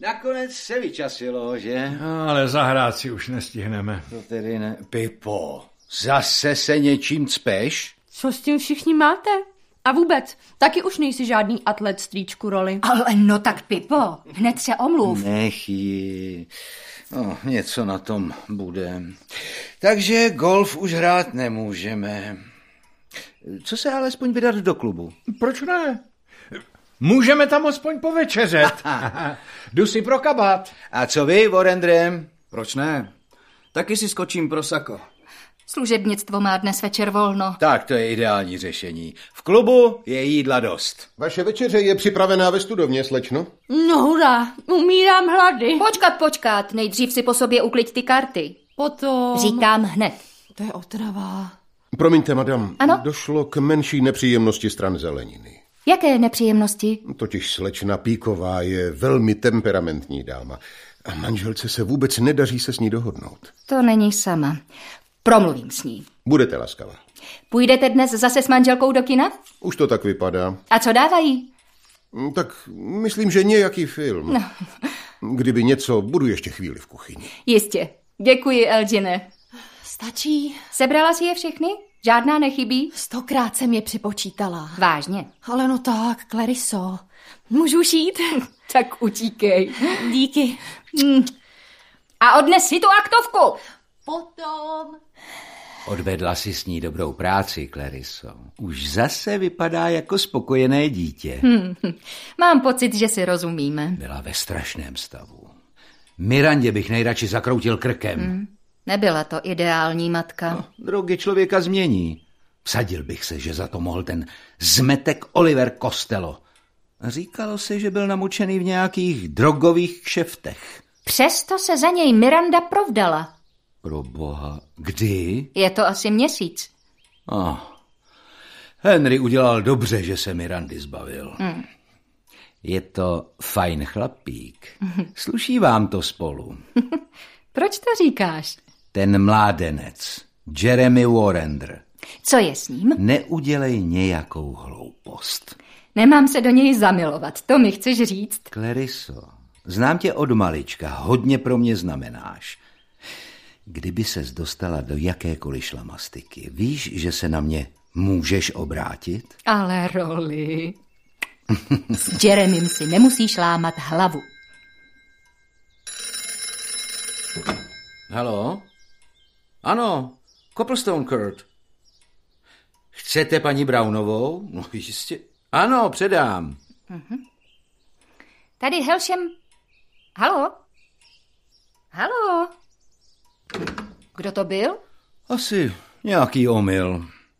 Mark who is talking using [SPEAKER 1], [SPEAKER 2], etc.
[SPEAKER 1] Nakonec se vyčasilo, že?
[SPEAKER 2] Ale zahrát si už nestihneme.
[SPEAKER 1] To tedy ne. Pipo, zase se něčím cpeš?
[SPEAKER 3] Co s tím všichni máte? A vůbec, taky už nejsi žádný atlet strýčku roli.
[SPEAKER 4] Ale no tak, Pipo, hned se omluv.
[SPEAKER 1] Nech ji. No, něco na tom bude. Takže golf už hrát nemůžeme. Co se alespoň vydat do klubu?
[SPEAKER 2] Proč ne? Můžeme tam aspoň povečeřet. Jdu si pro kabát.
[SPEAKER 1] A co vy, Vorendrem?
[SPEAKER 5] Proč ne? Taky si skočím pro sako.
[SPEAKER 4] Služebnictvo má dnes večer volno.
[SPEAKER 1] Tak to je ideální řešení. V klubu je jídla dost.
[SPEAKER 6] Vaše večeře je připravená ve studovně, slečno?
[SPEAKER 3] No hurá, umírám hlady.
[SPEAKER 4] Počkat, počkat, nejdřív si po sobě ukliď ty karty.
[SPEAKER 3] Potom...
[SPEAKER 4] Říkám hned.
[SPEAKER 3] To je otrava.
[SPEAKER 6] Promiňte, madam,
[SPEAKER 4] Ano?
[SPEAKER 6] došlo k menší nepříjemnosti stran zeleniny.
[SPEAKER 4] Jaké nepříjemnosti?
[SPEAKER 6] Totiž slečna Píková je velmi temperamentní dáma a manželce se vůbec nedaří se s ní dohodnout.
[SPEAKER 4] To není sama. Promluvím s ní.
[SPEAKER 6] Budete laskavá.
[SPEAKER 4] Půjdete dnes zase s manželkou do kina?
[SPEAKER 6] Už to tak vypadá.
[SPEAKER 4] A co dávají?
[SPEAKER 6] Hm, Tak myslím, že nějaký film. No. Kdyby něco, budu ještě chvíli v kuchyni.
[SPEAKER 4] Jistě. Děkuji, Elgine.
[SPEAKER 7] Stačí,
[SPEAKER 4] Sebrala si je všechny? Žádná nechybí?
[SPEAKER 7] stokrát jsem je připočítala.
[SPEAKER 4] Vážně.
[SPEAKER 7] Ale no tak, Clariso, můžu už jít?
[SPEAKER 4] Tak utíkej.
[SPEAKER 7] Díky.
[SPEAKER 4] A odnes si tu aktovku.
[SPEAKER 7] Potom.
[SPEAKER 1] Odvedla si s ní dobrou práci, Clariso. Už zase vypadá jako spokojené dítě. Hmm.
[SPEAKER 4] Mám pocit, že si rozumíme.
[SPEAKER 1] Byla ve strašném stavu. Mirandě bych nejradši zakroutil krkem. Hmm.
[SPEAKER 4] Nebyla to ideální matka. No.
[SPEAKER 1] Drogy člověka změní. Vsadil bych se, že za to mohl ten zmetek Oliver Costello. Říkalo se, že byl namočený v nějakých drogových kšeftech.
[SPEAKER 4] Přesto se za něj Miranda provdala.
[SPEAKER 1] Pro boha, kdy?
[SPEAKER 4] Je to asi měsíc.
[SPEAKER 1] Oh. Henry udělal dobře, že se Mirandy zbavil. Hmm. Je to fajn chlapík. Sluší vám to spolu.
[SPEAKER 4] Proč to říkáš?
[SPEAKER 1] Ten mládenec, Jeremy Warrender,
[SPEAKER 4] Co je s ním?
[SPEAKER 1] neudělej nějakou hloupost.
[SPEAKER 4] Nemám se do něj zamilovat, to mi chceš říct.
[SPEAKER 1] Clariso, znám tě od malička, hodně pro mě znamenáš. Kdyby ses dostala do jakékoliv šlamastiky, víš, že se na mě můžeš obrátit?
[SPEAKER 4] Ale roli. S Jeremym si nemusíš lámat hlavu.
[SPEAKER 1] Halo? Ano, Copperstone Kurt. Chcete paní Brownovou? No jistě. Ano, předám.
[SPEAKER 4] Tady Helšem... Halo? Halo? Kdo to byl?
[SPEAKER 1] Asi nějaký omyl.